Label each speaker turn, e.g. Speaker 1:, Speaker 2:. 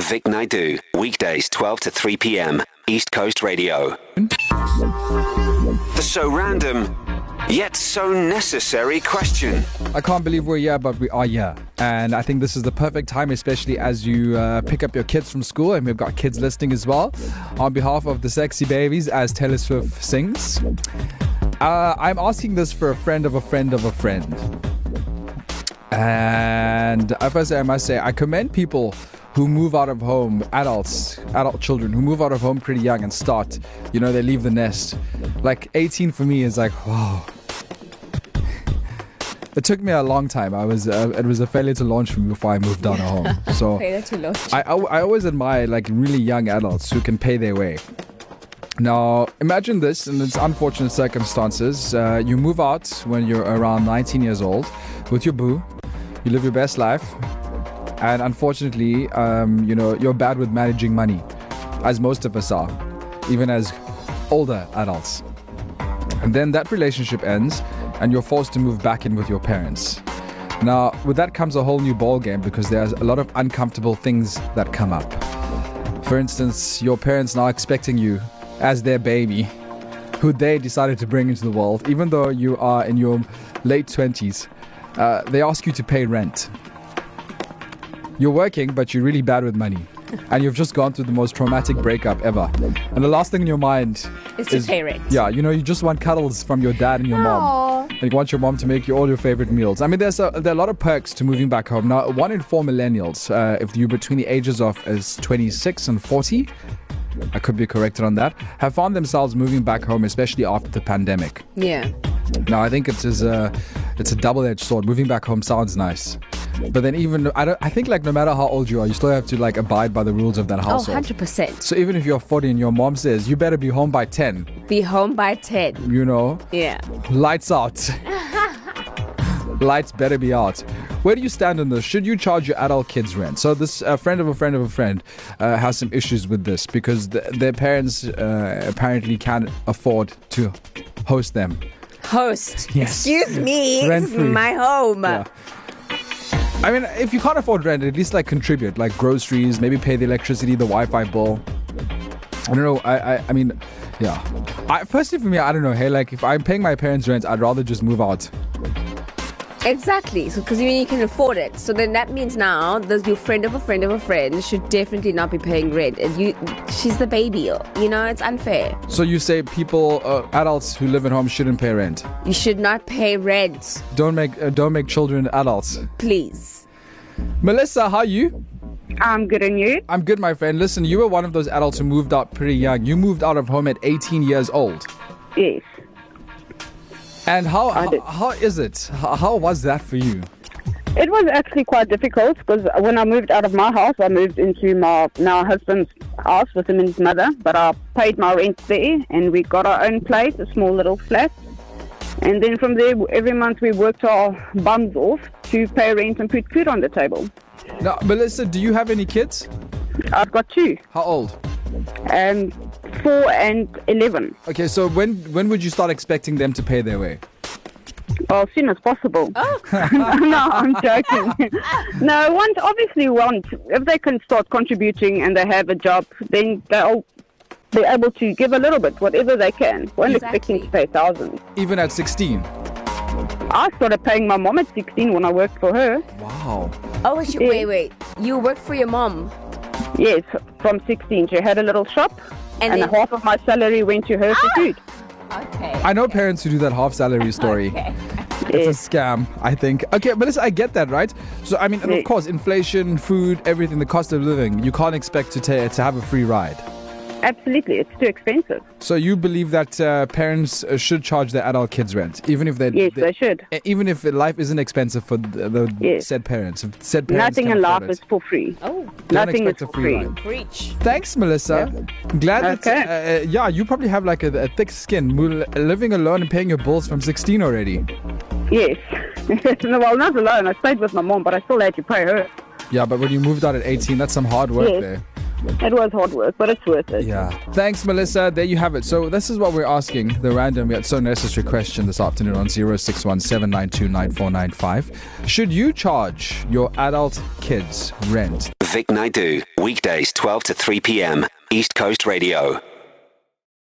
Speaker 1: Vic Naidu, weekdays 12 to 3 p.m. East Coast Radio. The so random, yet so necessary question.
Speaker 2: I can't believe we're here, but we are here. And I think this is the perfect time, especially as you uh, pick up your kids from school, and we've got kids listening as well. On behalf of the sexy babies, as Taylor Swift sings, uh, I'm asking this for a friend of a friend of a friend. And I first, I must say, I commend people who move out of home, adults, adult children who move out of home pretty young and start, you know, they leave the nest. Like 18 for me is like, wow. It took me a long time. I was, uh, it was a failure to launch for me before I moved down home. So
Speaker 3: Failure to launch.
Speaker 2: I, I, I always admire like really young adults who can pay their way. Now, imagine this in its unfortunate circumstances. Uh, you move out when you're around 19 years old with your boo. You live your best life. And unfortunately, um, you know, you're bad with managing money, as most of us are, even as older adults. And then that relationship ends, and you're forced to move back in with your parents. Now, with that comes a whole new ballgame because there's a lot of uncomfortable things that come up. For instance, your parents now expecting you as their baby, who they decided to bring into the world, even though you are in your late 20s. Uh, they ask you to pay rent. You're working, but you're really bad with money. And you've just gone through the most traumatic breakup ever. And the last thing in your mind
Speaker 3: Is to pay rent.
Speaker 2: Yeah, you know, you just want cuddles from your dad and your mom.
Speaker 3: Aw.
Speaker 2: And you want your mom to make you all your favorite meals. I mean, there's a, there are a lot of perks to moving back home. Now, one in four millennials, uh, if you're between the ages of is 26 and 40, I could be corrected on that, have found themselves moving back home, especially after the pandemic.
Speaker 3: Yeah.
Speaker 2: No, I think it's is a it's a double-edged sword. Moving back home sounds nice, but then even I don't. I think like no matter how old you are, you still have to like abide by the rules of that
Speaker 3: Oh,
Speaker 2: household.
Speaker 3: 100%.
Speaker 2: so even if you're 40 and your mom says you better be home by 10,
Speaker 3: Be home by 10.
Speaker 2: you know,
Speaker 3: Yeah.
Speaker 2: lights out. lights better be out. Where do you stand on this? Should you charge your adult kids rent? So this uh, friend of a friend of a friend uh, has some issues with this because th- their parents uh, apparently can't afford to host them.
Speaker 3: Host.
Speaker 2: Yes.
Speaker 3: Excuse me.
Speaker 2: Rent
Speaker 3: this is
Speaker 2: free.
Speaker 3: my home.
Speaker 2: Yeah. I mean, if you can't afford rent, at least like contribute, like groceries, maybe pay the electricity, the Wi-Fi bill. I don't know. I, I, I mean, yeah. I personally, for me, I don't know. Hey, like if I'm paying my parents' rent, I'd rather just move out.
Speaker 3: Exactly. So, because you, you can afford it. So then that means now that your friend of a friend of a friend should definitely not be paying rent. And you, she's the baby. You know, it's unfair.
Speaker 2: So you say people, uh, adults who live at home shouldn't pay rent.
Speaker 3: You should not pay rent,
Speaker 2: Don't make, uh, don't make children adults.
Speaker 3: please.
Speaker 2: Melissa, how are you?
Speaker 4: I'm um, good and you?
Speaker 2: I'm good, my friend. Listen, you were one of those adults who moved out pretty young. You moved out of home at 18 years old.
Speaker 4: Yes.
Speaker 2: And how,
Speaker 4: did.
Speaker 2: how, how is it? How, how was that for you?
Speaker 4: It was actually quite difficult because when I moved out of my house, I moved into my now husband's house with him and his mother. But I paid my rent there, and we got our own place, a small little flat. And then from there, every month we worked our bums off to pay rent and put food on the table.
Speaker 2: Now, Melissa, do you have any kids?
Speaker 4: I've got two,
Speaker 2: How old?
Speaker 4: um, four and eleven,
Speaker 2: Okay, so when when would you start expecting them to pay their way?
Speaker 4: well, as soon as possible.
Speaker 3: Oh.
Speaker 4: no, I'm joking. no, want obviously want if they can start contributing and they have a job, then they'll be able to give a little bit, whatever they can. We're not expecting to pay thousands.
Speaker 2: Even at 16.
Speaker 4: I started paying my mom at 16 when I worked for her.
Speaker 2: Wow.
Speaker 3: Oh, wait, you- wait, wait. You work for your mom.
Speaker 4: Yes, from 16, she had a little shop,
Speaker 3: And
Speaker 4: and,
Speaker 3: then- Ah!
Speaker 4: half of my salary went to her for food.
Speaker 3: Okay.
Speaker 2: I know parents who do that half salary story. It's a
Speaker 4: Yes.
Speaker 2: scam, I think. Okay, but listen, I get that, right? So, I mean, and of
Speaker 4: Yeah.
Speaker 2: course, inflation, food, everything, the cost of living, you can't expect to, ta to have a free ride.
Speaker 4: Absolutely, it's too expensive.
Speaker 2: So, you believe that uh, parents uh, should charge their adult kids rent, even if they Eh,
Speaker 4: Yes, they should.
Speaker 2: Even if life isn't expensive for the, the
Speaker 4: Yes.
Speaker 2: said parents, if said parents
Speaker 4: Nothing
Speaker 2: can
Speaker 4: in
Speaker 2: afford
Speaker 4: life
Speaker 2: it.
Speaker 4: is for free.
Speaker 3: Oh,
Speaker 2: Don't
Speaker 4: Nothing
Speaker 2: expect
Speaker 4: is
Speaker 2: a
Speaker 4: for
Speaker 2: free
Speaker 4: free.
Speaker 2: ride.
Speaker 3: preach.
Speaker 2: Thanks, Melissa. Glad that,
Speaker 4: Okay.
Speaker 2: uh, uh, yeah, you probably have like a, a thick skin, Mo- living alone and paying your bills from 16 already.
Speaker 4: Yes. well, not alone. I stayed with my mom, but I still had to pay her.
Speaker 2: Yeah, but when you moved out at 18, that's some hard work
Speaker 4: Yes.
Speaker 2: there.
Speaker 4: It was hard work, but it's worth it.
Speaker 2: Yeah. Thanks, Melissa. There you have it. So this is what we're asking the random yet so necessary question this afternoon on 0617929495. Should you charge your adult kids rent?
Speaker 1: Vic Naidu, weekdays 12 to 3 p.m. East Coast Radio.